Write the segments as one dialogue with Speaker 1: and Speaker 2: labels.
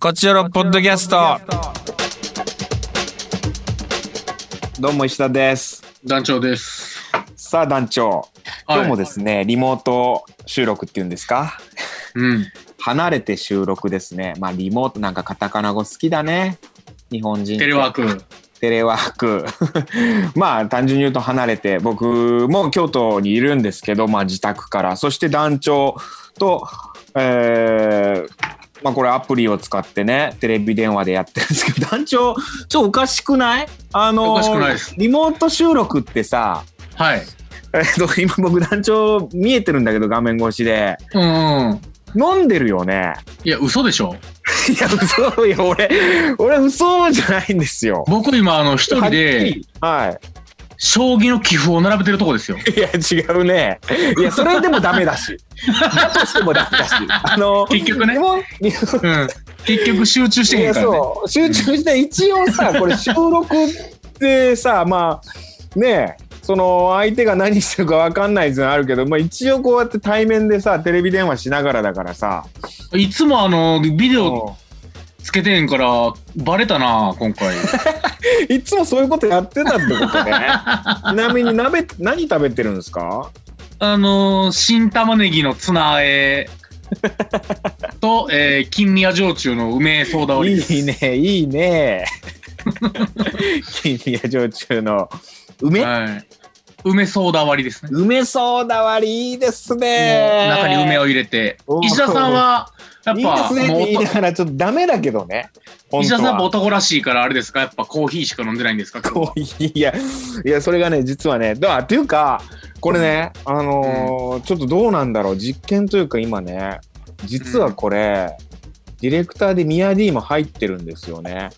Speaker 1: こちらのポッドキャスト。
Speaker 2: どうも石田です。
Speaker 3: 団長です。
Speaker 2: さあ団長、
Speaker 3: はい
Speaker 2: 今日もですね、リモート収録っていうんですか
Speaker 3: うん。
Speaker 2: 離れて収録ですね。まあリモートなんかカタカナ語好きだね。日本人。
Speaker 3: テレワーク。
Speaker 2: テレワーク。 まあ単純に言うと離れて、僕も京都にいるんですけど、まあ自宅から、そして団長と、えーまあこれアプリを使ってね、テレビ電話でやってるんですけど、団長、ちょっとおかしくないあの
Speaker 3: おかしくないです
Speaker 2: リモート収録ってさ、
Speaker 3: はい。
Speaker 2: えっと、今僕団長見えてるんだけど、画面越しで。
Speaker 3: うんうん。
Speaker 2: 飲んでるよね。
Speaker 3: いや、嘘でしょ
Speaker 2: いや、嘘よ、俺、俺嘘じゃないんですよ。
Speaker 3: 僕今、あの、一人
Speaker 2: はっき
Speaker 3: で、
Speaker 2: りはい。
Speaker 3: 将棋の棋譜を並べてるとこですよ。
Speaker 2: いや、違うね。いや、それでもダメだし。だとしてもダメだし。あの、
Speaker 3: 結局ね
Speaker 2: でもいや
Speaker 3: うん。結局集中して
Speaker 2: い
Speaker 3: へん
Speaker 2: や
Speaker 3: からね。
Speaker 2: そう、集中して、一応さ、これ収録ってさ、まあ、ねえ、その相手が何してるかわかんないっていうのはあるけど、まあ一応こうやって対面でさ、テレビ電話しながらだからさ、
Speaker 3: いつもあの、ビデオ
Speaker 2: う
Speaker 3: つけてへんから、バレたな、今回。
Speaker 2: んいつもそういうことやってたってことね。 ちなみに鍋、何食べてるんですか
Speaker 3: あの、新玉ねぎのツナあえと、えー、金宮焼酎の梅ソーダ割り。
Speaker 2: いいね、いい ね。金宮焼酎の梅、
Speaker 3: はい。梅ソーダ割りですね。
Speaker 2: 梅ソーダ割りいいですね。
Speaker 3: 中に梅を入れて
Speaker 2: お。ー
Speaker 3: 石田さんは、やっ
Speaker 2: いいで
Speaker 3: ぱ、
Speaker 2: すねって
Speaker 3: もう
Speaker 2: 言いながらちょっとダメだけどね。本
Speaker 3: 石
Speaker 2: 当
Speaker 3: 田さんやっぱ
Speaker 2: は。
Speaker 3: 男らしいからあれですかやっぱコーヒーしか飲んでないんですか
Speaker 2: こういや、いや、それがね、実はね、だっていうか、これね、あのーちょっとどうなんだろう、実験というか今ね、実はこれ、ディレクターでミヤディも入ってるんですよね。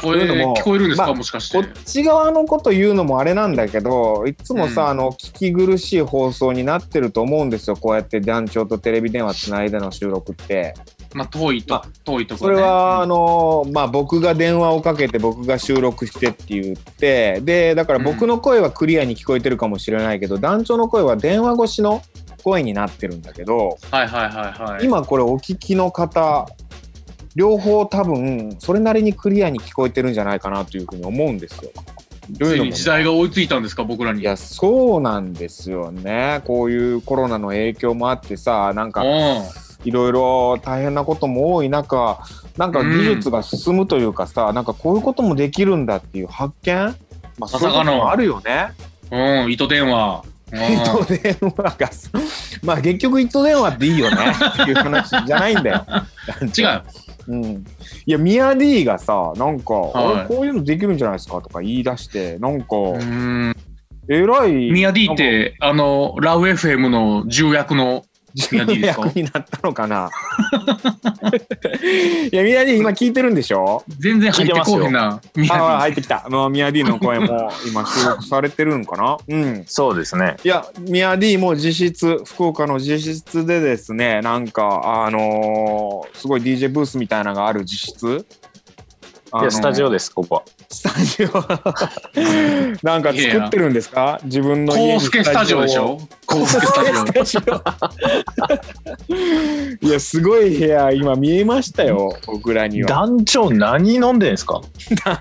Speaker 3: これ
Speaker 2: というのも
Speaker 3: 聞こえるんですか、
Speaker 2: まあ
Speaker 3: もしかし
Speaker 2: こ
Speaker 3: て
Speaker 2: っ。ち側のこと言うのもあれなんだけど、いつもさ、
Speaker 3: うん
Speaker 2: あの、聞き苦しい放送になってると思うんですよ。こうやって団長とテレビ電話つないでの収録って。
Speaker 3: まあ遠いと、
Speaker 2: ま
Speaker 3: 遠いとこ
Speaker 2: そ
Speaker 3: ろ、
Speaker 2: れ
Speaker 3: ね。
Speaker 2: は、
Speaker 3: う
Speaker 2: あ
Speaker 3: ん
Speaker 2: の、まあ、僕が電話をかけて、僕が収録してって言って、で、だから僕の声はクリアに聞こえてるかもしれないけど、団長の声は電話越しの声になってるんだけど、
Speaker 3: はいはいはいはい。
Speaker 2: 今これお聞きの方、両方多分、それなりにクリアに聞こえてるんじゃないかなというふうに思うんですよ。どう
Speaker 3: つ
Speaker 2: いう
Speaker 3: い
Speaker 2: の
Speaker 3: に
Speaker 2: も
Speaker 3: 時代が追いついたんですか僕らに。
Speaker 2: いや、そうなんですよね。こういうコロナの影響もあってさ、なん
Speaker 3: う
Speaker 2: か
Speaker 3: ん。
Speaker 2: いろいろ大変なことも多い中、なんか技術が進むというかさ、なんかこういうこともできるんだっていう発見まあ、
Speaker 3: さ
Speaker 2: そうい
Speaker 3: かの
Speaker 2: うこともあるよね。
Speaker 3: うん、糸電話。うん
Speaker 2: 糸電話がさ、まあ結局糸電話っていいよねっていう話じゃないんだよ。
Speaker 3: 違う。
Speaker 2: うん、いや、ミヤ D がさ、なんか、
Speaker 3: はい
Speaker 2: あれこういうのできるんじゃないですかとか言い出して、なんか、
Speaker 3: うん。
Speaker 2: えらい。
Speaker 3: ミヤディって、あの、ラウ FM の重役の、
Speaker 2: 自分の役になったのかな いや、ミヤディ今聞いてるんでしょ
Speaker 3: 全然入ってこうへんな、ミヤデ
Speaker 2: ああ、入
Speaker 3: ィ。
Speaker 2: ってきた。もうミヤディの声も今収録されてるんかなうん。
Speaker 4: そうですね。
Speaker 2: いや、ミヤディも実質、福岡の実質でですね、なんか、あのーすごい DJ ブースみたいなのがある実質あ
Speaker 4: い
Speaker 2: の
Speaker 4: や、スタジオです、ここは。
Speaker 2: スタジオ。 なんか作ってるんですか自分の家
Speaker 3: コ
Speaker 2: に
Speaker 3: ウスケスタジオでしょコウスケスタジオ。
Speaker 2: いや、すごい部屋、今見えましたよ、僕らには。
Speaker 4: 団長、何飲んでんですか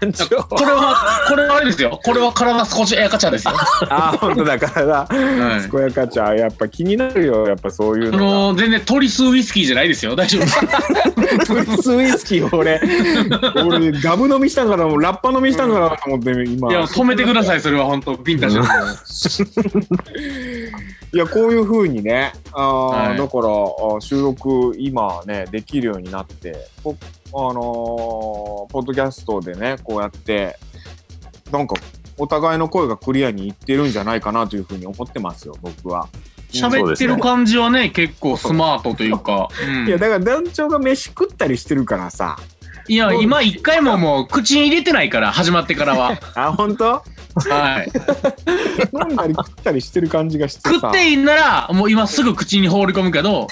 Speaker 2: 団長。
Speaker 3: これは、これはあれですよ。これは体少しあやかちゃです よ。
Speaker 2: あー、本当だからだ。
Speaker 3: はい
Speaker 2: 健やかちゃん、やっぱ気になるよ、やっぱそういう
Speaker 3: あ
Speaker 2: のが。
Speaker 3: のー全然トリスウイスキーじゃないですよ。大丈夫 です。
Speaker 2: プリスウイスキー、 俺、俺、ガブ飲みしたんかな、もうラッパ飲みしたんかなと思って、今。
Speaker 3: い
Speaker 2: い
Speaker 3: や、
Speaker 2: や、
Speaker 3: 止めてください、それは本当、ビンタじゃない。
Speaker 2: こういう風にね、あー
Speaker 3: は
Speaker 2: だからあ
Speaker 3: い
Speaker 2: ー、収録、今ね、できるようになって、ポあのーポッドキャストでね、こうやって、なんか、お互いの声がクリアにいってるんじゃないかなというふうに思ってますよ、僕は。
Speaker 3: 喋ってる感じはね、結構スマートというか。うん
Speaker 2: いや、だから団長が飯食ったりしてるからさ。
Speaker 3: いや、今一回ももう口に入れてないから、始まってか らは。
Speaker 2: あ、本 当？
Speaker 3: はい。
Speaker 2: 飲んだり食ったりしてる感じがしてさ。
Speaker 3: 食っていいんなら、もう今すぐ口に放り込む けど、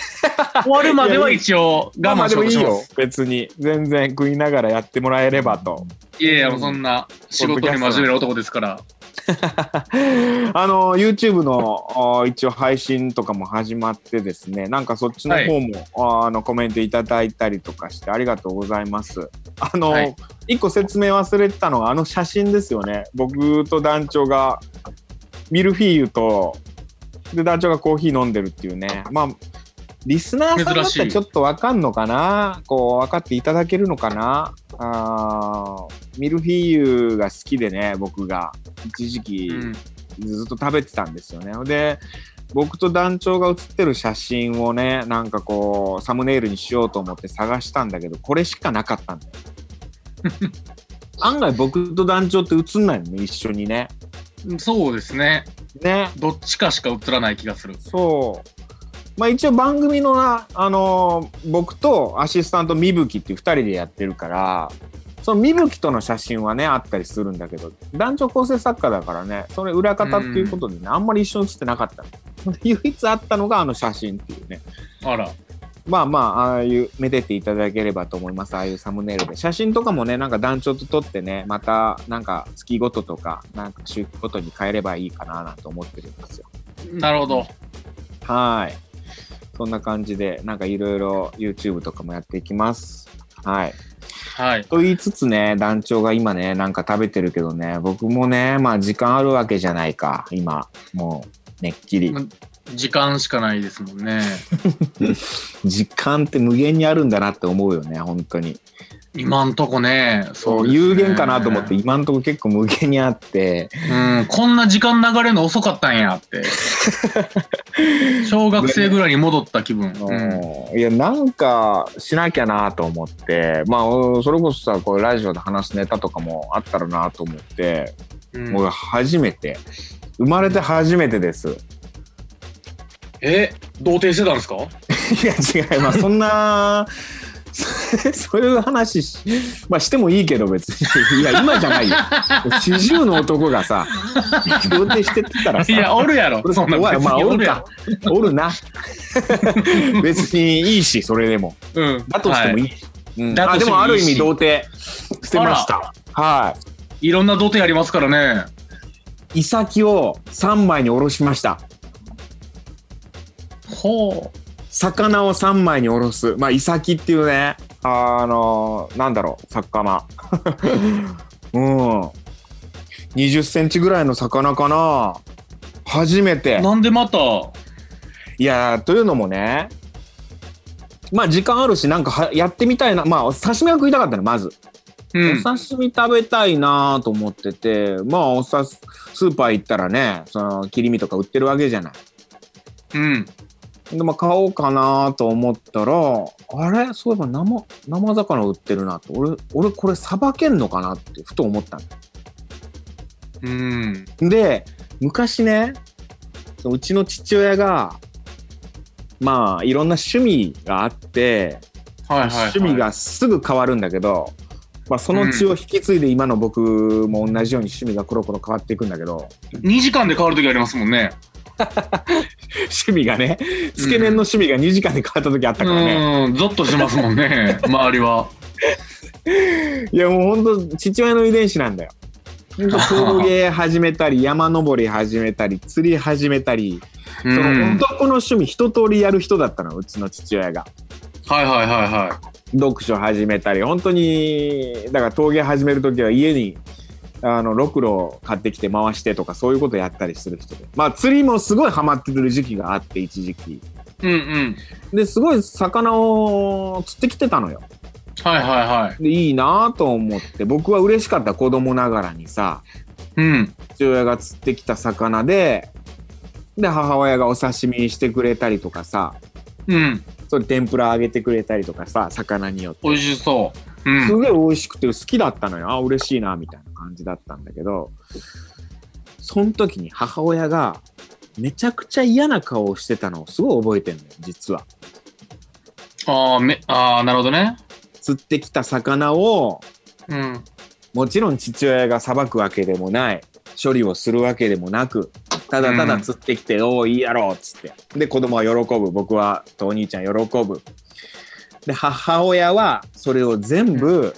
Speaker 3: 終わるまでは一応
Speaker 2: まあま
Speaker 3: 我
Speaker 2: あ
Speaker 3: 慢
Speaker 2: で
Speaker 3: しよ
Speaker 2: もい
Speaker 3: うと
Speaker 2: い
Speaker 3: しま
Speaker 2: よ
Speaker 3: す。。
Speaker 2: 別に。全然食いながらやってもらえればと。
Speaker 3: いやいや、もうそんな仕事に真面目な男ですから。
Speaker 2: あの YouTube のあ一応配信とかも始まってですねなんかそっちの方も、あのコメントいただいたりとかしてありがとうございますあの、
Speaker 3: はい
Speaker 2: 一個説明忘れてたのがあの写真ですよね僕と団長がミルフィーユとで団長がコーヒー飲んでるっていうねまあリスナーさんだっ
Speaker 3: 珍
Speaker 2: た
Speaker 3: しい
Speaker 2: らちょっとわかんのかなこう分かっていただけるのかなあーミルフィーユが好きでね僕が一時期
Speaker 3: うん
Speaker 2: ずっと食べてたんですよね。で僕と団長が写ってる写真をねなんかこうサムネイルにしようと思って探したんだけどこれしかなかったんだよ。案外僕と団長って写んないのね一緒にね。
Speaker 3: そうですね。
Speaker 2: ね
Speaker 3: どっちかしか映らない気がする。
Speaker 2: そう。まあ一応番組のな、あのー僕とアシスタントみぶきっていう2人でやってるから、そのみぶきとの写真はね、あったりするんだけど、男女構成作家だからね、それ裏方っていうことでね、あんまり一緒に写ってなかったの。 で唯一あったのがあの写真っていうね。
Speaker 3: あら。
Speaker 2: まあまあ、ああいう、めでていただければと思います。ああいうサムネイルで。写真とかもね、なんか団長と撮ってね、また、なんか月ごととか、なんか週ごとに変えればいいかななんて思ってるんですよ。
Speaker 3: なるほど。
Speaker 2: はい。そんな感じで、なんかいろいろ YouTube とかもやっていきます。はい。
Speaker 3: はい。
Speaker 2: と言いつつね、団長が今ね、なんか食べてるけどね、僕もね、まあ時間あるわけじゃないか、今。もう、めっきり。
Speaker 3: 時間しかないですもんね。
Speaker 2: 時間って無限にあるんだなって思うよね、本当に。
Speaker 3: 今んとこね。
Speaker 2: そう、
Speaker 3: ですね
Speaker 2: 有限かなと思って、今んとこ結構無限にあって、
Speaker 3: うん、こんな時間流れるの遅かったんや って。小学生ぐらいに戻った気分。うん
Speaker 2: うんいや、なんかしなきゃなと思って、まあ、おそれこそさ、こうラジオで話すネタとかもあったらなと思って、
Speaker 3: うん
Speaker 2: もう初めて生まれて初めて です。
Speaker 3: え、童貞してたんですか
Speaker 2: いや違い ます。そんなそういう話し,、まあ、してもいいけど別 にいや今じゃないよ。40の男がさ童貞してってたら
Speaker 3: い
Speaker 2: さ。
Speaker 3: や、おるやろ
Speaker 2: こ。れ
Speaker 3: そんな
Speaker 2: 怖いまあおる
Speaker 3: や
Speaker 2: か
Speaker 3: ろ。
Speaker 2: おる な別にいいしそれでも
Speaker 3: うん。
Speaker 2: だとしても
Speaker 3: はいい
Speaker 2: い、うん、
Speaker 3: だと
Speaker 2: あ
Speaker 3: して
Speaker 2: で
Speaker 3: もいいし
Speaker 2: もある意味童貞してましたはい
Speaker 3: ろんな童貞ありますからね。
Speaker 2: い潔を3枚におろしました
Speaker 3: ほう。
Speaker 2: 魚を3枚におろす、まあ、イサキっていうね、あのなんだろう、魚。 うん。20センチぐらいの魚かな。初めて。
Speaker 3: なんでまた、はい
Speaker 2: やー、というのもね、まあ時間あるし、なんかはやってみたいな、まあお刺身が食いたかったの、まず。
Speaker 3: うん
Speaker 2: お。刺身食べたいなと思ってて、まあおさスーパー行ったらね、その切り身とか売ってるわけじゃない。
Speaker 3: うん。
Speaker 2: で、まあ、買おうかなと思ったら、あれそういえば生、生魚売ってるなと。俺、俺これさばけんのかなってふと思った
Speaker 3: うん。
Speaker 2: の。で、昔ね、そのうちの父親が、まあ、いろんな趣味があって、
Speaker 3: はいはい、はい。
Speaker 2: 趣味。がすぐ変わるんだけど、まあ、その血を引き継いで今の僕も同じように趣味がコロコロ変わっていくんだけど、
Speaker 3: 2時間で変わる時ありますもんね。
Speaker 2: 趣味がね、つけ麺の趣味が2時間で変わった時あったからね。
Speaker 3: うん。ゾッとしますもんね。周りは。
Speaker 2: いやもう本当父親の遺伝子なんだよ。ほんと陶芸始め たり山登り始めたり釣り始めたり、
Speaker 3: う
Speaker 2: その
Speaker 3: ん。
Speaker 2: 男の趣味一通りやる人だったのうちの父親が
Speaker 3: はいはいはいは
Speaker 2: 読書始めたり本当にだから陶芸始める時は家にあのろくろを買ってきて回してとかそういうことやったりする人でまあ釣りもすごいハマってる時期があって一時期
Speaker 3: い。うんうん。
Speaker 2: ですごい魚を釣ってきてたのよ
Speaker 3: はいはいはい。
Speaker 2: でいいなぁと思って僕は嬉しかった子供ながらにさ
Speaker 3: うん。
Speaker 2: 父親が釣ってきた魚でで母親がお刺身にしてくれたりとかさ
Speaker 3: うん。
Speaker 2: それ天ぷら揚げてくれたりとかさ魚によって
Speaker 3: 美味しそう。うん
Speaker 2: す。げえ美味しくて好きだったのよあ嬉しいなみたいな感じだったんだけどその時に母親がめちゃくちゃ嫌な顔をしてたのをすごい覚えてるのよ実は
Speaker 3: ああ、め、ああ、なるほどね。
Speaker 2: 釣ってきた魚を
Speaker 3: うん。
Speaker 2: もちろん父親が裁くわけでもない処理をするわけでもなくただただ釣ってきて「おおいいやろ」っつってで子供は喜ぶ僕はとお兄ちゃん喜ぶで母親はそれを全部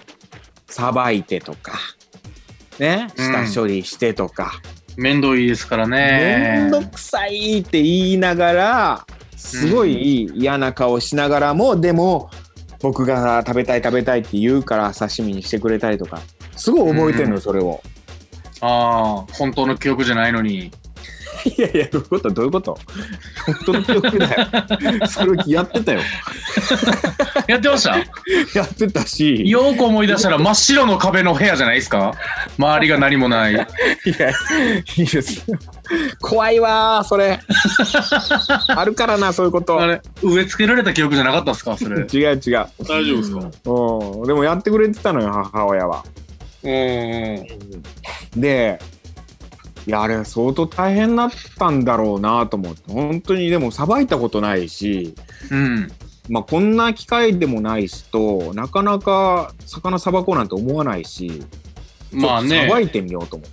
Speaker 2: さばいてとかね
Speaker 3: うん
Speaker 2: 下処理してとか、
Speaker 3: めんどいですからね。
Speaker 2: めんどくさいって言いながらすごい嫌な顔しながらも、でも僕が食べたい食べたいって言うから刺身にしてくれたりとかすごい覚えてるの、
Speaker 3: うん
Speaker 2: それを
Speaker 3: ああ、本当の記憶じゃないのに。
Speaker 2: いやいやどういうことどういうこと本当の記憶だよそれやってたよ
Speaker 3: やってました
Speaker 2: やってたし
Speaker 3: よく思い出したら真っ白の壁の部屋じゃないですか周りが何もない。
Speaker 2: いやいいですよ怖いわーそれあるからなそういうこと
Speaker 3: あれ、植え付けられた記憶じゃなかったですかそれ。
Speaker 2: 違う違う
Speaker 3: 大丈夫ですか
Speaker 2: うんでもやってくれてたのよ母親は
Speaker 3: うん。
Speaker 2: でいやあれ相当大変だったんだろうなと思って本当にでもさばいたことないし、
Speaker 3: うん。
Speaker 2: まあ、こんな機会でもないしとなかなか魚さばこうなんて思わないし
Speaker 3: まあ
Speaker 2: さば
Speaker 3: ね。
Speaker 2: いてみようと思っ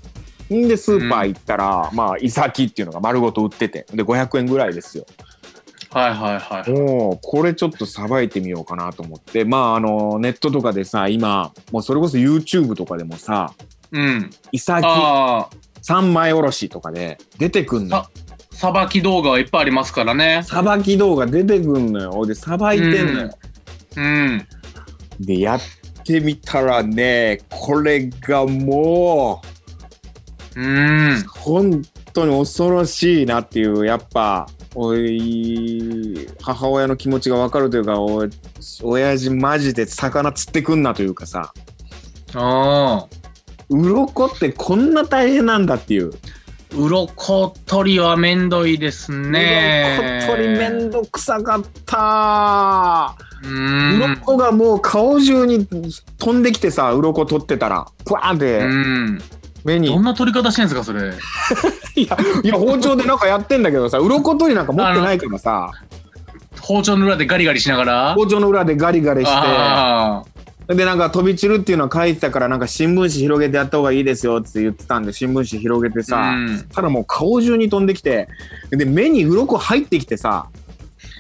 Speaker 2: てんでスーパー行ったら、まあイサキっていうのが丸ごと売っててで500円ぐらいですよ
Speaker 3: はいはいはい。
Speaker 2: おおこれちょっとさばいてみようかなと思ってまああのネットとかでさ今もうそれこそ YouTube とかでもさ
Speaker 3: うん。
Speaker 2: イサキ
Speaker 3: ああ、
Speaker 2: 三枚おろしとかで出てくんのよ
Speaker 3: あさばき動画はいっぱいありますからね。
Speaker 2: さばき動画出てくんのよでさばいてんのよ、
Speaker 3: うん。
Speaker 2: でやってみたらねこれがも
Speaker 3: うん
Speaker 2: う。本当に恐ろしいなっていうやっぱおい母親の気持ちがわかるというかお親父マジで魚釣ってくんなというかさ
Speaker 3: ああ。
Speaker 2: 鱗ってこんな大変なんだっていう
Speaker 3: 鱗取りはめんどいですね。
Speaker 2: 鱗取りめんどくさかった
Speaker 3: うん。
Speaker 2: 鱗がもう顔中に飛んできてさ鱗取ってたらプワーンって
Speaker 3: うん。
Speaker 2: 目に、
Speaker 3: どんな取り方してんすか、それ。
Speaker 2: いやいや包丁でなんかやってんだけどさ鱗取りなんか持ってないからさ
Speaker 3: 包丁の裏でガリガリしながら。
Speaker 2: 包丁の裏でガリガリし
Speaker 3: ああ。
Speaker 2: てでなんか飛び散るっていうのは書いてたからなんか新聞紙広げてやった方がいいですよって言ってたんで新聞紙広げてさ、
Speaker 3: うん
Speaker 2: ただもう顔中に飛んできてで目に鱗入ってきてさ、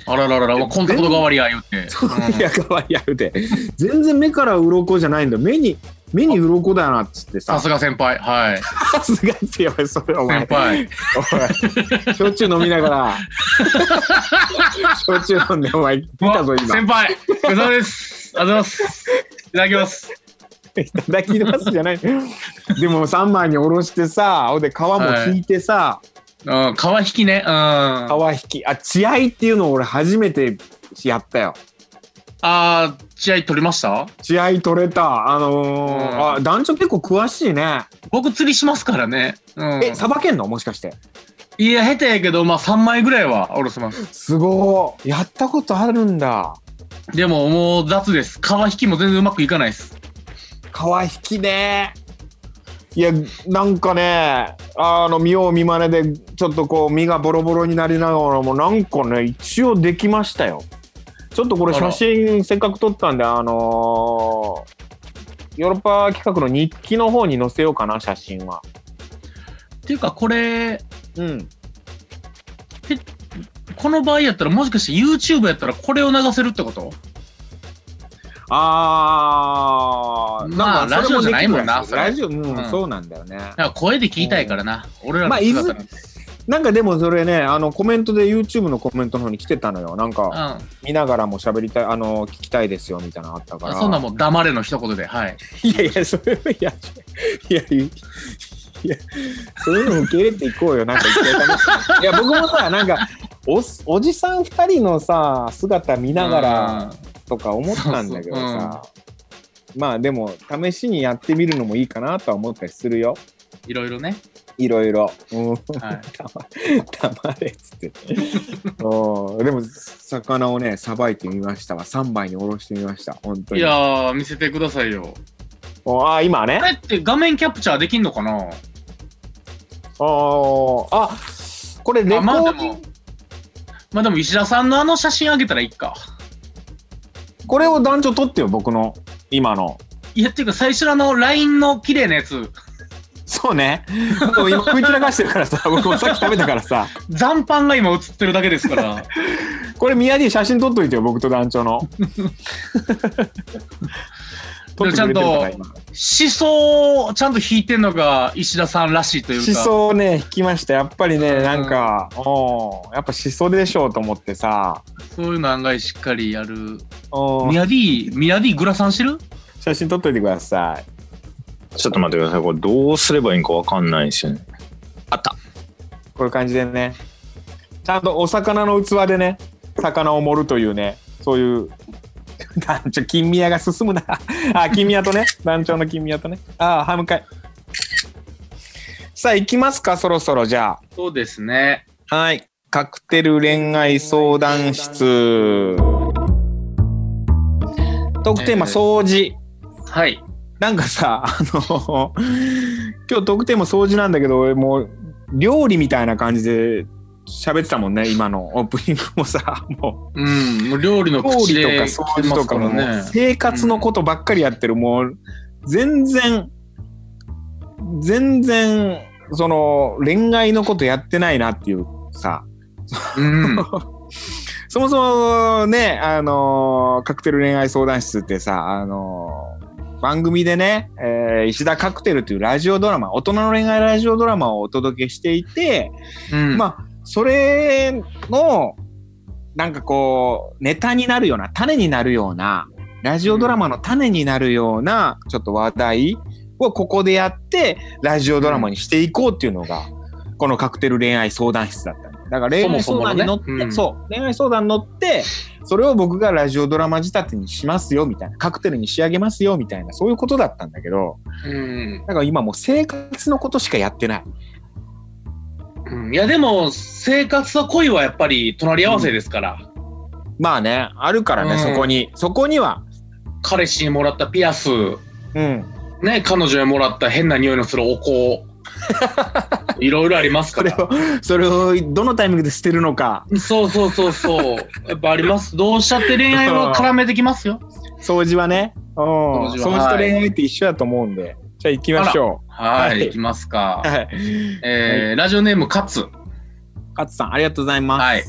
Speaker 3: あらららら、コンタクト代わりや言って。
Speaker 2: い やかわいいや言うて全然目から鱗じゃないんだよ目に目に鱗だなっつって
Speaker 3: さ
Speaker 2: さ
Speaker 3: すが先輩。はい。
Speaker 2: さすがってやばいそれお前
Speaker 3: 先輩。
Speaker 2: おい、焼酎飲みなが ら、焼酎飲んで、お前、見たぞ、今。
Speaker 3: 先輩。お疲れ様です。ありがとうございます。いただきます。
Speaker 2: いただきますじゃない。でも、3枚におろしてさ、ほんで、皮も引いてさ、
Speaker 3: うん、皮引きね。うん。あ
Speaker 2: 皮引き、あ、血合いっていうのを俺、初めてやったよ。
Speaker 3: あー、血合い取りました
Speaker 2: 血合い取れた。あのー
Speaker 3: うん
Speaker 2: あ、団長結構詳しいね。
Speaker 3: 僕釣りしますからね。うん。
Speaker 2: え、さばけんのもしかして。
Speaker 3: いや、下手やけど、まあ3枚ぐらいはおろせます。
Speaker 2: すごー。やったことあるんだ。
Speaker 3: でももう雑です。皮引きも全然うまくいかないです。
Speaker 2: 皮引きねいやなんかねあの見よう見まねでちょっとこう身がボロボロになりながらもなんかね一応できましたよちょっとこれ
Speaker 3: あら
Speaker 2: 写真せっかく撮ったんであのーヨーロッパ企画の日記の方に載せようかな写真は
Speaker 3: っていうか、これ、
Speaker 2: うん
Speaker 3: この場合やったら、もしかして YouTube やったらこれを流せるってこと
Speaker 2: あー
Speaker 3: まあ
Speaker 2: なんかそれ
Speaker 3: ラジオじゃないもんな
Speaker 2: できるらしラジオうん、
Speaker 3: うん
Speaker 2: そうなんだよね
Speaker 3: なんか声で聞きたいからな。俺らの姿なんて。
Speaker 2: なんかでもそれねあのコメントで YouTube のコメントの方に来てたのよなんか、
Speaker 3: うん。
Speaker 2: 見ながらも喋りたい、あの、聞きたいですよみたいなのあったから。
Speaker 3: そんなもん黙れの一言で、はい。
Speaker 2: いやいや、それはいや、いや、いや、そういうの受け入れていこうよ、なんか一回試して。いや、僕もさ、なんか、おっおじさん二人のさ、姿見ながらとか思ったんだけど
Speaker 3: そう
Speaker 2: さ。まあでも試しにやってみるのもいいかなとは思ったりするよ
Speaker 3: いろい ろね。
Speaker 2: いろいろ。うん
Speaker 3: はい。
Speaker 2: たまたまれっつってうんでも魚をねさばいてみましたわ3枚におろしてみました本当
Speaker 3: い
Speaker 2: に
Speaker 3: やー、見せてくださいよ。
Speaker 2: おあー今ね
Speaker 3: これって画面キャプチャーできんのかな
Speaker 2: あーあこれレコ
Speaker 3: あまあで
Speaker 2: ーディン
Speaker 3: も
Speaker 2: グ、
Speaker 3: まあでも石田さんのあの写真あげたらいいか。
Speaker 2: これを団長撮ってよ僕の今の
Speaker 3: いや、っていうか最初のあの LINE の綺麗なやつ、
Speaker 2: そうねもう今食い散らかしてるからさ僕もさっき食べたからさ
Speaker 3: 残飯が今写ってるだけですから。
Speaker 2: これ宮地写真撮っといてよ僕と団長の撮ってくれてるから
Speaker 3: ちゃんと
Speaker 2: 今
Speaker 3: 思想をちゃんと引いてんのが石田さんらしいという
Speaker 2: 思
Speaker 3: か。
Speaker 2: 想をね引きましたやっぱり
Speaker 3: う
Speaker 2: ね
Speaker 3: ん
Speaker 2: なんか、おやっぱ思想でしょうと思ってさ
Speaker 3: そういうの案外しっかりやる。
Speaker 2: お
Speaker 3: ミヤディ、ミヤディグラサンしてる
Speaker 2: 写真撮っといてください
Speaker 4: ちょっと待ってください。これどうすればいいんかわかんないですよね。あった。
Speaker 2: こういう感じでねちゃんとお魚の器でね魚を盛るというねそういう団長金宮が進むなあ金宮とね団長の金宮とねああ歯向かいさあ行きますかそろそろじゃ
Speaker 3: そうですね。
Speaker 2: あはいカクテル恋愛相談室特テーマ
Speaker 3: えー
Speaker 2: 掃除、
Speaker 3: はい。
Speaker 2: なんかさ、あの、今日特典も掃除なんだけど、俺もう料理みたいな感じで喋ってたもんね、今のオープニングもさ、も
Speaker 3: うん。もう料理
Speaker 2: う、
Speaker 3: の
Speaker 2: 料
Speaker 3: 口
Speaker 2: 理と
Speaker 3: で
Speaker 2: か
Speaker 3: 来
Speaker 2: 掃
Speaker 3: て
Speaker 2: 除
Speaker 3: ま
Speaker 2: と
Speaker 3: す
Speaker 2: からも、
Speaker 3: ね。
Speaker 2: 生活のことばっかりやってる、もう、全然、全然、その、恋愛のことやってないなっていうさ、
Speaker 3: うん。
Speaker 2: そもそもね、あのーカクテル恋愛相談室ってさ、あのー番組でね、えー石田カクテルというラジオドラマ、大人の恋愛ラジオドラマをお届けしていて、
Speaker 3: うん。
Speaker 2: まあ、それの、なんかこう、ネタになるような、種になるような、ラジオドラマの種になるような、ちょっと話題をここでやって、ラジオドラマにしていこうっていうのが、このカクテル恋愛相談室だったの。だから恋愛相談に乗って、
Speaker 3: そ
Speaker 2: そ
Speaker 3: もそものねうん
Speaker 2: う、恋愛相談に乗って、それを僕がラジオドラマ仕立てにしますよ、みたいな、カクテルに仕上げますよ、みたいな、そういうことだったんだけど、
Speaker 3: うん。
Speaker 2: だから今もう生活のことしかやってない。
Speaker 3: うんいや、でも、生活と恋はやっぱり隣り合わせですから。
Speaker 2: まあね、あるからね、
Speaker 3: うん
Speaker 2: そこに。そこには、
Speaker 3: 彼氏にもらったピアス、
Speaker 2: うん。
Speaker 3: ね、彼女にもらった変な匂いのするお 香。いろいろあります
Speaker 2: そ
Speaker 3: か
Speaker 2: れ
Speaker 3: ら。
Speaker 2: を、それをどのタイミングで捨てるのか、
Speaker 3: そうそうそう そう。やっぱあります。どうしたって恋愛 は絡めてきますよ。
Speaker 2: 掃除はね、うん
Speaker 3: 掃
Speaker 2: 掃
Speaker 3: 除
Speaker 2: 除
Speaker 3: は
Speaker 2: と恋愛って一緒だと思うんで、じゃあ行きましょ
Speaker 3: はい、
Speaker 2: はい
Speaker 3: い、きますか
Speaker 2: う。。はい。
Speaker 3: えー、ラジオネームカツ。
Speaker 2: 勝さん、ありがとうございます。
Speaker 3: はい。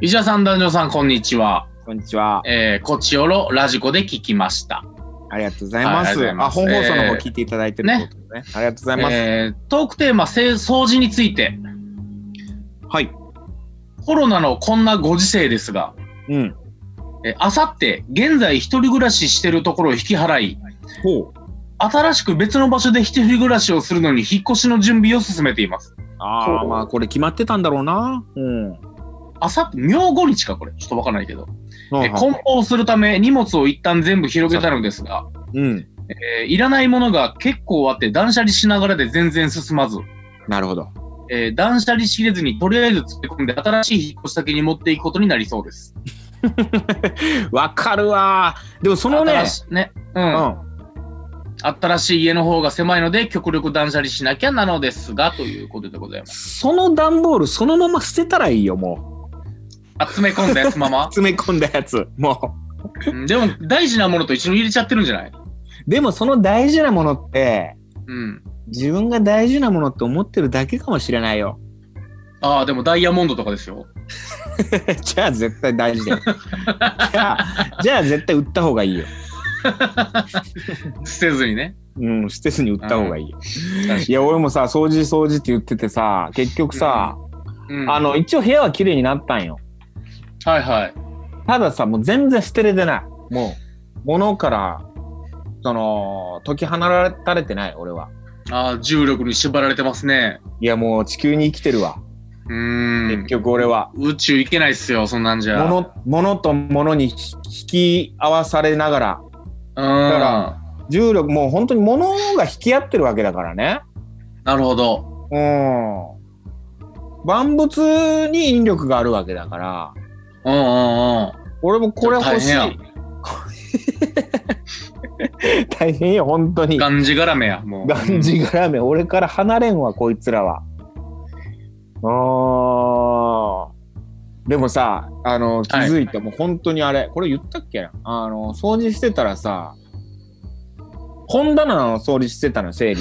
Speaker 3: 石田さん、男女さん、こんにちは。
Speaker 2: こんにちは。
Speaker 3: えー、こちよろ、ラジコで聞きました。
Speaker 2: ありがとうございます。
Speaker 3: はいありがとうございます
Speaker 2: あ、本放送の方聞いていただいてるってことね。ありがとうございます。
Speaker 3: えー、トークテーマ、せ掃除について。
Speaker 2: はい。
Speaker 3: コロナのこんなご時世ですが、
Speaker 2: うん。
Speaker 3: えあさって、現在一人暮らししてるところを引き払い、
Speaker 2: ほう。
Speaker 3: 新しく別の場所で一人暮らしをするのに引っ越しの準備を進めています。
Speaker 2: ああ、
Speaker 4: ほう
Speaker 2: まあこれ決まってたんだろうな。うん。うん
Speaker 3: あさって、明後日か、これ。ちょっとわからないけど。え
Speaker 2: は
Speaker 3: 梱包するため荷物を一旦全部広げたのですが、
Speaker 2: うん。
Speaker 3: えーいらないものが結構あって断捨離しながらで全然進まず、
Speaker 2: なるほど。
Speaker 3: えー断捨離しきれずにとりあえず詰め込んで新しい引っ越し先に持っていくことになりそうです。
Speaker 2: わかるわー。でもそのね
Speaker 3: 新、しね、う。
Speaker 2: うんん。
Speaker 3: 新しい家の方が狭いので極力断捨離しなきゃなのですが、ということでございます。
Speaker 2: その段ボールそのまま捨てたらいいよ、も
Speaker 3: 詰め込んだやつまま
Speaker 2: う。。詰め込んだやつ。もう。
Speaker 3: うんでも大事なものと一緒に入れちゃってるんじゃない
Speaker 2: でもその大事なものって
Speaker 3: うん。
Speaker 2: 自分が大事なものって思ってるだけかもしれないよ。
Speaker 3: ああ、でもダイヤモンドとかですよ。
Speaker 2: じゃあ絶対大事だよ。じゃあじゃあ絶対売った方がいいよ。
Speaker 3: 捨てずにね。
Speaker 2: うん、捨てずに売った方がいいよ。
Speaker 3: 確
Speaker 2: いや、俺もさ、掃除掃除って言っててさ、結局さ、
Speaker 3: うん
Speaker 2: あの、一応部屋は綺麗になったんよ。
Speaker 3: はいはい。
Speaker 2: たださ、もう全然捨てれてない。もう、物から、その、解き放たれてない、俺は。
Speaker 3: ああ、重力に縛られてますね。
Speaker 2: いや、もう地球に生きてるわ。
Speaker 3: うー
Speaker 2: 結
Speaker 3: ん。
Speaker 2: 局俺は。
Speaker 3: 宇宙行けないっすよ、そんなんじゃ。
Speaker 2: 物、物と物に引き合わされながら、
Speaker 3: うん。
Speaker 2: だか重力もう本当に物が引き合ってるわけだからね
Speaker 3: なるほど。
Speaker 2: うん万物に引力があるわけだから
Speaker 3: うんうんうん。
Speaker 2: 俺もこれ欲しい
Speaker 3: 大変
Speaker 2: 大変よ本当に
Speaker 3: がんじがらめや、もう。
Speaker 2: がんじがらめ俺から離れんわこいつらはあーでもさあの気づいて、もう本当にあれこれ言ったっけなあの掃除してたらさ本棚の掃除してたの整理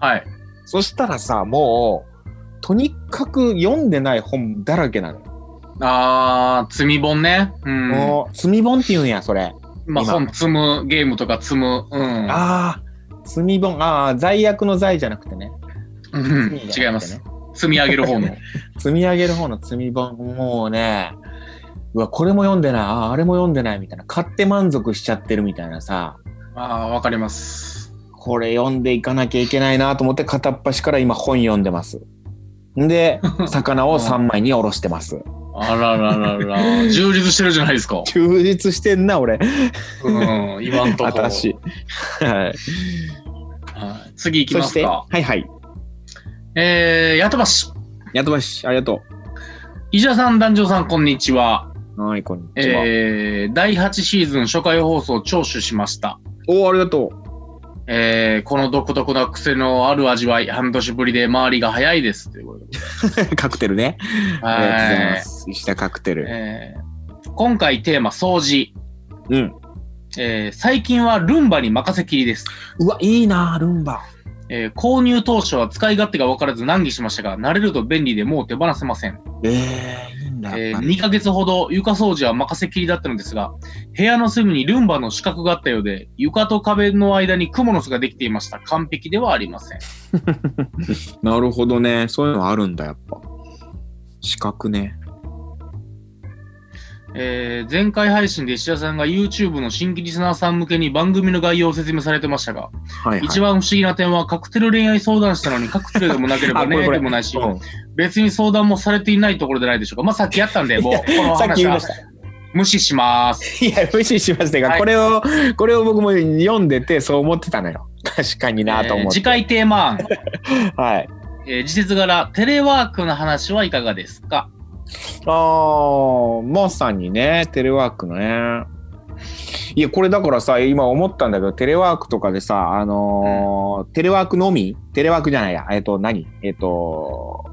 Speaker 3: はい。
Speaker 2: そしたらさ、もう、とにかく読んでない本だらけなの。
Speaker 3: あー、積み本ね。うん。
Speaker 2: もう、積み本って言うんや、それ。
Speaker 3: まあ、
Speaker 2: 今
Speaker 3: 本積む、ゲームとか積む。うん。
Speaker 2: ああ、罪本、ああ、罪悪の罪じゃなくてね。
Speaker 3: うん
Speaker 2: 罪じ
Speaker 3: 違い
Speaker 2: ゃな
Speaker 3: ま
Speaker 2: くて
Speaker 3: す
Speaker 2: ね。。
Speaker 3: 積み上げる方の。
Speaker 2: 積み上げる方の罪本、もうね、うわ、これも読んでない、ああ、あれも読んでないみたいな、買って満足しちゃってるみたいなさ、
Speaker 3: ああ、わかります。
Speaker 2: これ読んでいかなきゃいけないなと思って、片っ端から今本読んでます。 で、魚を3枚におろしてます。
Speaker 3: あらららら、充実してるじゃないですか。
Speaker 2: 充実してんな、俺。
Speaker 3: うん、今んとこ。
Speaker 2: 私。はい。
Speaker 3: はい次行き
Speaker 2: そ
Speaker 3: ま
Speaker 2: し
Speaker 3: す
Speaker 2: て、
Speaker 3: か
Speaker 2: は。いはい。
Speaker 3: えー、ヤトバシ。
Speaker 2: やとばし、ありがと
Speaker 3: 伊者さん、団長さん、こんにちは。
Speaker 2: う。はい、こんにちは。
Speaker 3: えー、第8シーズン初回放送聴取しました。
Speaker 2: おお、ありがと
Speaker 3: えー、この独特な癖のある味わい、半年ぶりで周りが早いです。ということで。
Speaker 2: う。 カクテルね。ありがとうござい
Speaker 3: は
Speaker 2: ま
Speaker 3: い。
Speaker 2: す。石田カクテル。
Speaker 3: えー今回テーマ、掃除。
Speaker 2: うん。
Speaker 3: えー最近はルンバに任せきりです。
Speaker 2: うわ、いいなあルンバ。
Speaker 3: えー購入当初は使い勝手が分からず難儀しましたが、慣れると便利でもう手放せません。
Speaker 2: ええいいんだ。
Speaker 3: え
Speaker 2: やっぱり
Speaker 3: 2ヶ月ほど床掃除は任せきりだったのですが、部屋の隅にルンバの死角があったようで、床と壁の間に蜘蛛の巣ができていました。完璧ではありません。
Speaker 2: なるほどね。そういうのあるんだ、やっぱ。資格ね。
Speaker 3: えー前回配信で石田さんが YouTube の新規リスナーさん向けに番組の概要を説明されてましたが、
Speaker 2: はい、はい。
Speaker 3: 一番不思議な点はカクテル恋愛相談した のにカクテルでもなければ
Speaker 2: あこれ
Speaker 3: 恋愛
Speaker 2: これ
Speaker 3: でもないし、
Speaker 2: うん
Speaker 3: 別に相談もされていないところでないでしょうか。まあさっきやったんで、もうこの
Speaker 2: さっき言
Speaker 3: 話
Speaker 2: いま
Speaker 3: は
Speaker 2: した。
Speaker 3: 無視します。
Speaker 2: いや、無視しましたが、
Speaker 3: はい
Speaker 2: これを、これを僕も読んでて、そう思ってたのよ。確かになと思
Speaker 3: えー
Speaker 2: って。
Speaker 3: 次回テーマ案、
Speaker 2: はい。
Speaker 3: えー、時節柄、テレワークの話はいかがですか
Speaker 2: ああ、まさにね、テレワークのね。いや、これだからさ、今思ったんだけど、テレワークとかでさ、あのーテレワークのみテレワークじゃないや。えっ、と、何えっ、と、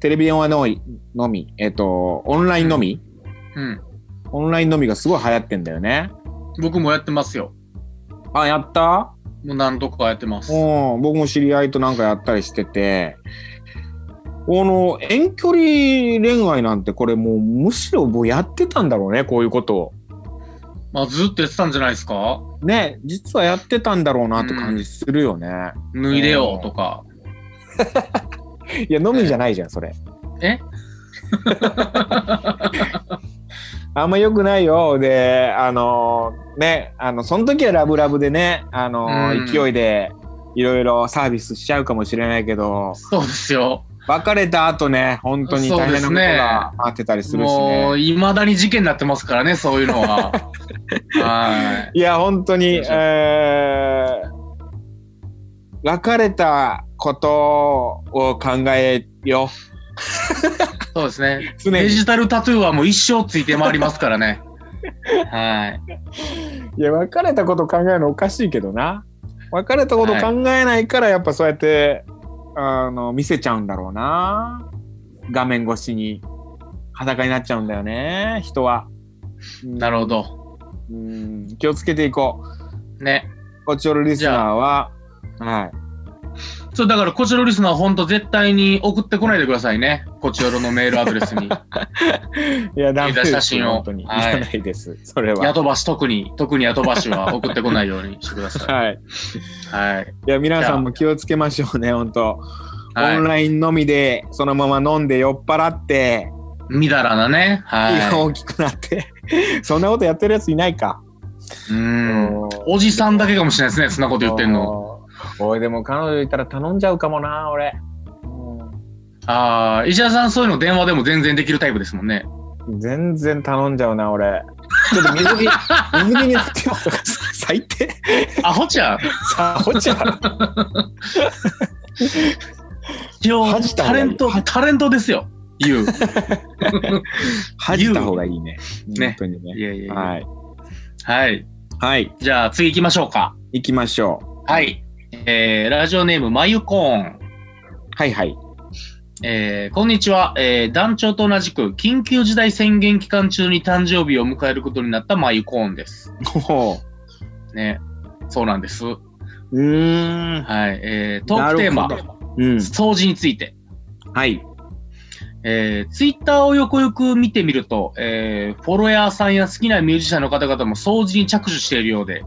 Speaker 2: テレビ電話のみのみ、えっ、と、オンラインのみ、
Speaker 3: うん。
Speaker 2: オンラインのみがすごい流行ってんだよね。
Speaker 3: 僕もやってますよ。
Speaker 2: あ、やった
Speaker 3: もう何とかやってます。
Speaker 2: うん、僕も知り合いとなんかやったりしてて、この遠距離恋愛なんてこれもうむしろもうやってたんだろうね、こういうことを。
Speaker 3: まあずっとやってたんじゃないですか
Speaker 2: ね、実はやってたんだろうなって感じするよね。
Speaker 3: 脱いでよとか。
Speaker 2: いや、のみじゃないじゃん、それ。
Speaker 3: え
Speaker 2: あんま良くないよ。で、あのね、あの、その時はラブラブでね、あの
Speaker 3: うん
Speaker 2: 勢いで、いろいろサービスしちゃうかもしれないけど、
Speaker 3: そうですよ。
Speaker 2: 別れた後ね、本当に大変なことが待ってたりするしね
Speaker 3: も。う、いまだに事件になってますからね、そういうの は。はい
Speaker 2: や、本当に、
Speaker 3: よいしょ
Speaker 2: えー別れたことを考えよう。
Speaker 3: い。そうですね。
Speaker 2: 常
Speaker 3: デ
Speaker 2: に。
Speaker 3: ジタルタトゥーはもう一生ついて回りますからね。はい。
Speaker 2: いや、別れたこと考えるのおかしいけどな。別れたこと考えないから、やっぱそうやって、あの、見せちゃうんだろうな。画面越しに裸になっちゃうんだよね、人は。
Speaker 3: なるほ
Speaker 2: ど。
Speaker 3: ど。
Speaker 2: うん気をつけていこう。
Speaker 3: ね。
Speaker 2: こっちよるリスナーは、はい。
Speaker 3: そう、だから、こちらのリスナーは本当絶対に送ってこないでくださいね。こちらのメールアドレ スに。
Speaker 2: いや、ダメです。
Speaker 3: 写真を
Speaker 2: 本当に。い
Speaker 3: はい
Speaker 2: らないです。それは。
Speaker 3: ヤトバシ特に、特にヤトバシは送ってこないようにしてくださ
Speaker 2: はい。
Speaker 3: い。はい。
Speaker 2: いや皆さんも気をつけましょうね、本当、オン
Speaker 3: は
Speaker 2: ラインのみでそのまま飲んで酔っ払って、
Speaker 3: い。みだらなね。
Speaker 2: 胃が
Speaker 3: は
Speaker 2: 大きくなって そんなことやってるやついないか。
Speaker 3: い。うん。おじさんだけかもしれないですね、そんなこと言ってんの。
Speaker 2: の。おいでも彼女いたら頼んじゃうかもな俺。うん
Speaker 3: ああ、石田さんそういうの電話でも全然できるタイプですもんね。
Speaker 2: 全然頼んじゃうな俺。ちょっと水着 水着になってますとか最低。
Speaker 3: アホちゃん。
Speaker 2: さあほっちゃう。
Speaker 3: 一応
Speaker 2: 恥じた方
Speaker 3: タ
Speaker 2: がい
Speaker 3: レ
Speaker 2: い
Speaker 3: ント、タレントですよ。言 う。
Speaker 2: 恥じた方がいいね。
Speaker 3: ね
Speaker 2: 本当にね。
Speaker 3: いやいやいや。
Speaker 2: はい
Speaker 3: はい。
Speaker 2: はい
Speaker 3: じゃあ次行きましょうか。
Speaker 2: 行きましょう。
Speaker 3: はい。えー、ラジオネーム、まゆこーん。
Speaker 2: はいはい。
Speaker 3: えーこんにちは、えー団長と同じく緊急事態宣言期間中に誕生日を迎えることになったマユコーンです。
Speaker 2: ほ
Speaker 3: ね、そうなんです。は
Speaker 2: ううーん。
Speaker 3: い、えートークテーマ
Speaker 2: なる、ほどうん。
Speaker 3: 掃除について。
Speaker 2: はい。
Speaker 3: えー、ツイッターをよくよく見てみると、えーフォロワーさんや好きなミュージシャンの方々も掃除に着手しているようで、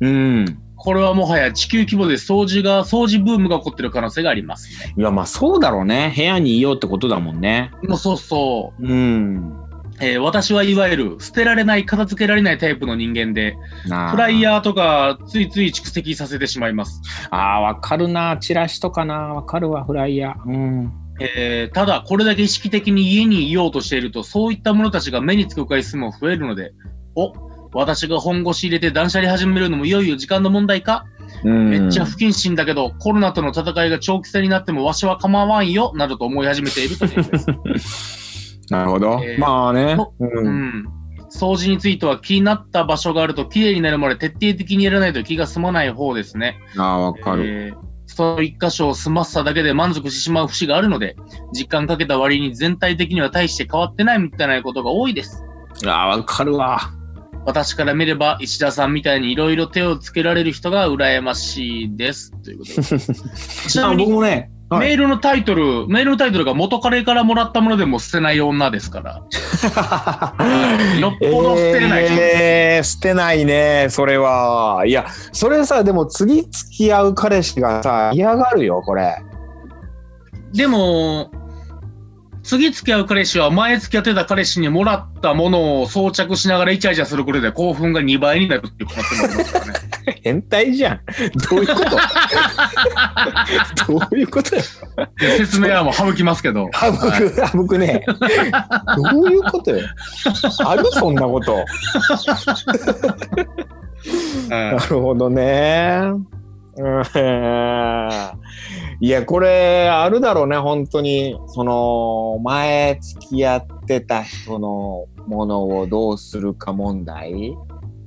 Speaker 2: うん。
Speaker 3: これはもはや地球規模で掃除が、掃除ブームが起こってる可能性がありますね。
Speaker 1: いや、まあそうだろうね。部屋にいようってことだもんね。
Speaker 3: もうそうそう。
Speaker 1: うん。
Speaker 3: えー私はいわゆる捨てられない、片付けられないタイプの人間で、
Speaker 1: なあ
Speaker 3: フライヤーとかついつい蓄積させてしまいます。
Speaker 1: あー、わかるな。チラシとかな。わかるわ、フライヤー。うん。
Speaker 3: えーただ、これだけ意識的に家にいようとしていると、そういったものたちが目につく回数も増えるので、お私が本腰入れて断捨離始めるのもいよいよ時間の問題か、
Speaker 1: うん、
Speaker 3: めっちゃ不謹慎だけど、コロナとの戦いが長期戦になってもわしは構わんよ、などと思い始めているということです。
Speaker 1: なるほど。
Speaker 3: えー
Speaker 1: まあね
Speaker 3: と。
Speaker 1: う。
Speaker 3: うんん、掃除については気になった場所があると綺麗になるまで徹底的にやらないと気が済まない方ですね。
Speaker 1: ああ、わかる。
Speaker 3: えーその一箇所を済ませただけで満足してしまう節があるので、時間かけた割に全体的には大して変わってないみたいなことが多いです。
Speaker 1: ああ、わかるわ。
Speaker 3: 私から見れば石田さんみたいにいろいろ手をつけられる人が羨ましいです。ということ でちな
Speaker 1: あ
Speaker 3: み
Speaker 1: 僕
Speaker 3: に
Speaker 1: もね、はい
Speaker 3: メールのタイトル、メールのタイトルが元彼からもらったものでも捨てない女で すから。よっぽど捨てれない人です。
Speaker 2: えー、捨てないね、それは。いや、それさ、でも次付き合う彼氏がさ、嫌がるよ、これ。
Speaker 3: でも、次付き合う彼氏は前付き合ってた彼氏にもらったものを装着しながらイチャイチャすることで興奮が2倍になるっていうことになりますからね。
Speaker 2: 変態じゃん。どういうこと どういうことよ。
Speaker 3: 説明はもう省きますけど。
Speaker 2: 省く、省くね。どういうことよ。あるそんなこと。
Speaker 3: はい
Speaker 2: なるほどね。うんいや、これ、あるだろうね、本当に。その、前付き合ってた人のものをどうするか問題。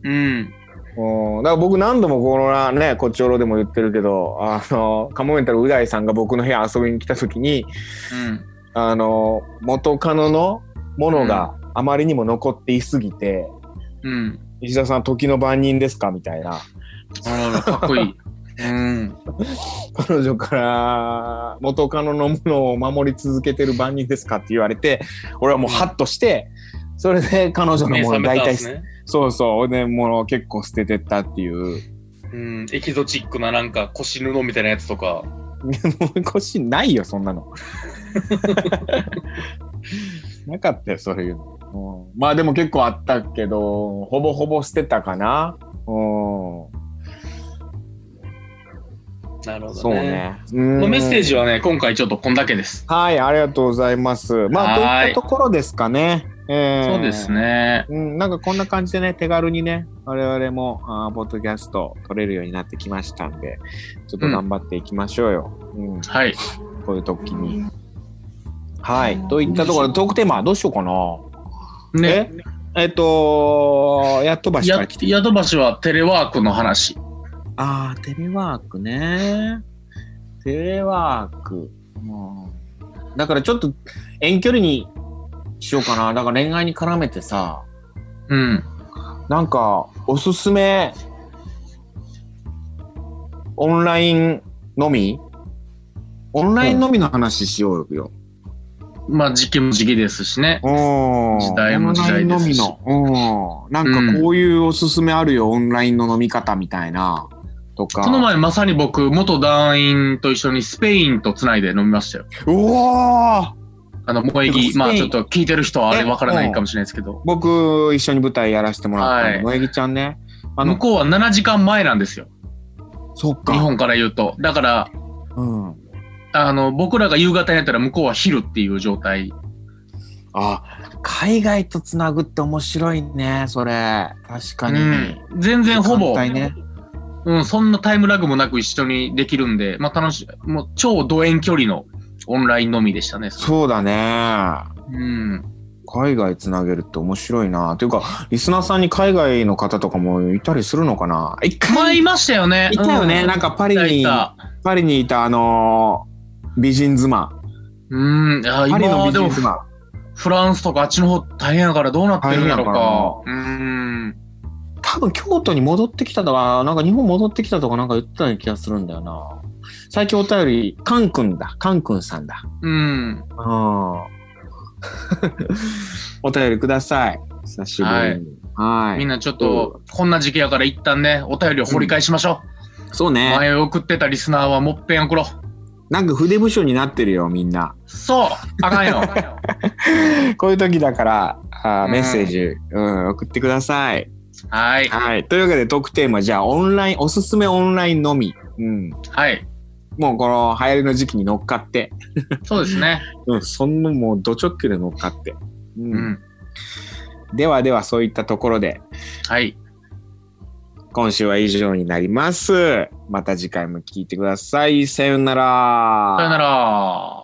Speaker 3: うん。
Speaker 2: うん、だから僕何度もこのね、こっちおろでも言ってるけど、あの、カモメンタルう大さんが僕の部屋遊びに来た時に、
Speaker 3: うん。
Speaker 2: あの、元カノのものがあまりにも残っていすぎて、
Speaker 3: うん。
Speaker 2: 石田さん時の番人ですかみたいな。
Speaker 3: あらあら、かっこいい。うん。
Speaker 2: 彼女から元カノのものを守り続けてる番人ですかって言われて俺はもうハッとして、それで彼女の
Speaker 3: 目
Speaker 2: も
Speaker 3: 覚
Speaker 2: の
Speaker 3: め
Speaker 2: 大
Speaker 3: たん
Speaker 2: 体、
Speaker 3: ですね。
Speaker 2: そうそうでもう結構捨ててったっていう
Speaker 3: うん。エキゾチックななんか腰布みたいなやつとか。
Speaker 2: も う腰ないよそんなのなかったよそういうの、うんまあでも結構あったけどほぼほぼ捨てたかなうん
Speaker 3: なるほ
Speaker 2: そうね。うん
Speaker 3: まあメッセージはね、今回ちょっとこんだけです。
Speaker 2: はいありがとうございますまあ
Speaker 3: は
Speaker 2: とい
Speaker 3: い
Speaker 2: ったところですかね、えー
Speaker 3: そうですね。
Speaker 2: うん、なんかこんな感じでね、手軽にね、我々も、あーポッドキャスト取れるようになってきましたんで、ちょっと頑張っていきましょうよ。うん、
Speaker 3: はい。
Speaker 2: こういう時に。はい。といったところで、トークテーマどうしようかな。
Speaker 3: ね。
Speaker 2: えっ、とやっとばしから
Speaker 3: や
Speaker 2: 来て。
Speaker 3: 宿橋はテレワークの話。
Speaker 2: あー、テレワークね。テレワーク。うんだからちょっと遠距離にしようかな。だから恋愛に絡めてさ、
Speaker 3: うん。
Speaker 2: なんか、おすすめ、オンラインのみオンラインのみの話しようよ。
Speaker 3: まあ時期も時期ですしね。
Speaker 2: うん
Speaker 3: 時代も時代ですし
Speaker 2: オンラインのみの。うん。なんかこういうおすすめあるよ、オンラインの飲み方みたいな。とか。
Speaker 3: この前まさに僕、元団員と一緒にスペインとつないで飲みましたよ。
Speaker 2: うおー
Speaker 3: あの、萌え
Speaker 2: でもスペイ
Speaker 3: 木、
Speaker 2: ン
Speaker 3: まあちょっと聞いてる人はあれ
Speaker 2: え
Speaker 3: わからないかもしれないですけど、
Speaker 2: 僕、一緒に舞台やらせてもらったの。
Speaker 3: はい
Speaker 2: 萌木ちゃんね。あ
Speaker 3: 向
Speaker 2: の、
Speaker 3: こうは7時間前なんですよ。
Speaker 2: そっ
Speaker 3: 日
Speaker 2: か。
Speaker 3: 本から言うと。だから、
Speaker 2: うん。
Speaker 3: あの、僕らが夕方にやったら向こうは昼っていう状態。
Speaker 2: あ、海外とつなぐって面白いね、それ。確か
Speaker 3: う
Speaker 2: に。
Speaker 3: ん。全然ほぼ、
Speaker 2: 時間帯ね
Speaker 3: うん、そんなタイムラグもなく一緒にできるんで、まあ楽しい、もう超楕円距離のオンラインのみでしたね。
Speaker 2: そうだね。
Speaker 3: うん。
Speaker 2: 海外つなげるって面白いな。というか、リスナーさんに海外の方とかもいたりするのかな一
Speaker 3: 前
Speaker 2: 回
Speaker 3: いましたよね。
Speaker 2: いたよね。
Speaker 3: うん
Speaker 2: なんかパリ
Speaker 3: い
Speaker 2: に、
Speaker 3: た
Speaker 2: パリにいたあのー美人妻。
Speaker 3: うん、あ
Speaker 2: パリ
Speaker 3: 今
Speaker 2: の
Speaker 3: は
Speaker 2: 美
Speaker 3: で
Speaker 2: 人
Speaker 3: も
Speaker 2: 妻。
Speaker 3: フランスとかあっちの方大変やからどうなってるんやろう
Speaker 2: 大
Speaker 3: か。うん。
Speaker 2: 多分京都に戻ってきたとか、なんか日本戻ってきたとかなんか言ってたような気がするんだよな。最近お便り、カン君だ。カン君さんだ。
Speaker 3: うん。
Speaker 2: うん。お便りください。久しぶりに。はい。
Speaker 3: みんなちょっと、こんな時期やから一旦ね、お便りを掘り返しましょう。
Speaker 2: そうね。
Speaker 3: 前を送ってたリスナーはもっぺん送ろう。
Speaker 2: なんか筆部署になってるよ、みん な。
Speaker 3: そうあかんよ。
Speaker 2: こういう時だから、あー
Speaker 3: うん
Speaker 2: メッセージ、うん、送ってください。
Speaker 3: はい。
Speaker 2: はい。というわけで、トークテーマ、じゃあ、オンライン、おすすめオンラインのみ。うん。
Speaker 3: はい。
Speaker 2: もう、この、流行りの時期に乗っかって。
Speaker 3: そうですね。
Speaker 2: うん、そんな、もう、ド直球で乗っかって。うん。
Speaker 3: うん。
Speaker 2: ではでは、そういったところで、
Speaker 3: はい。
Speaker 2: 今週は以上になります。また次回も聞いてください。さようなら。
Speaker 3: さよなら。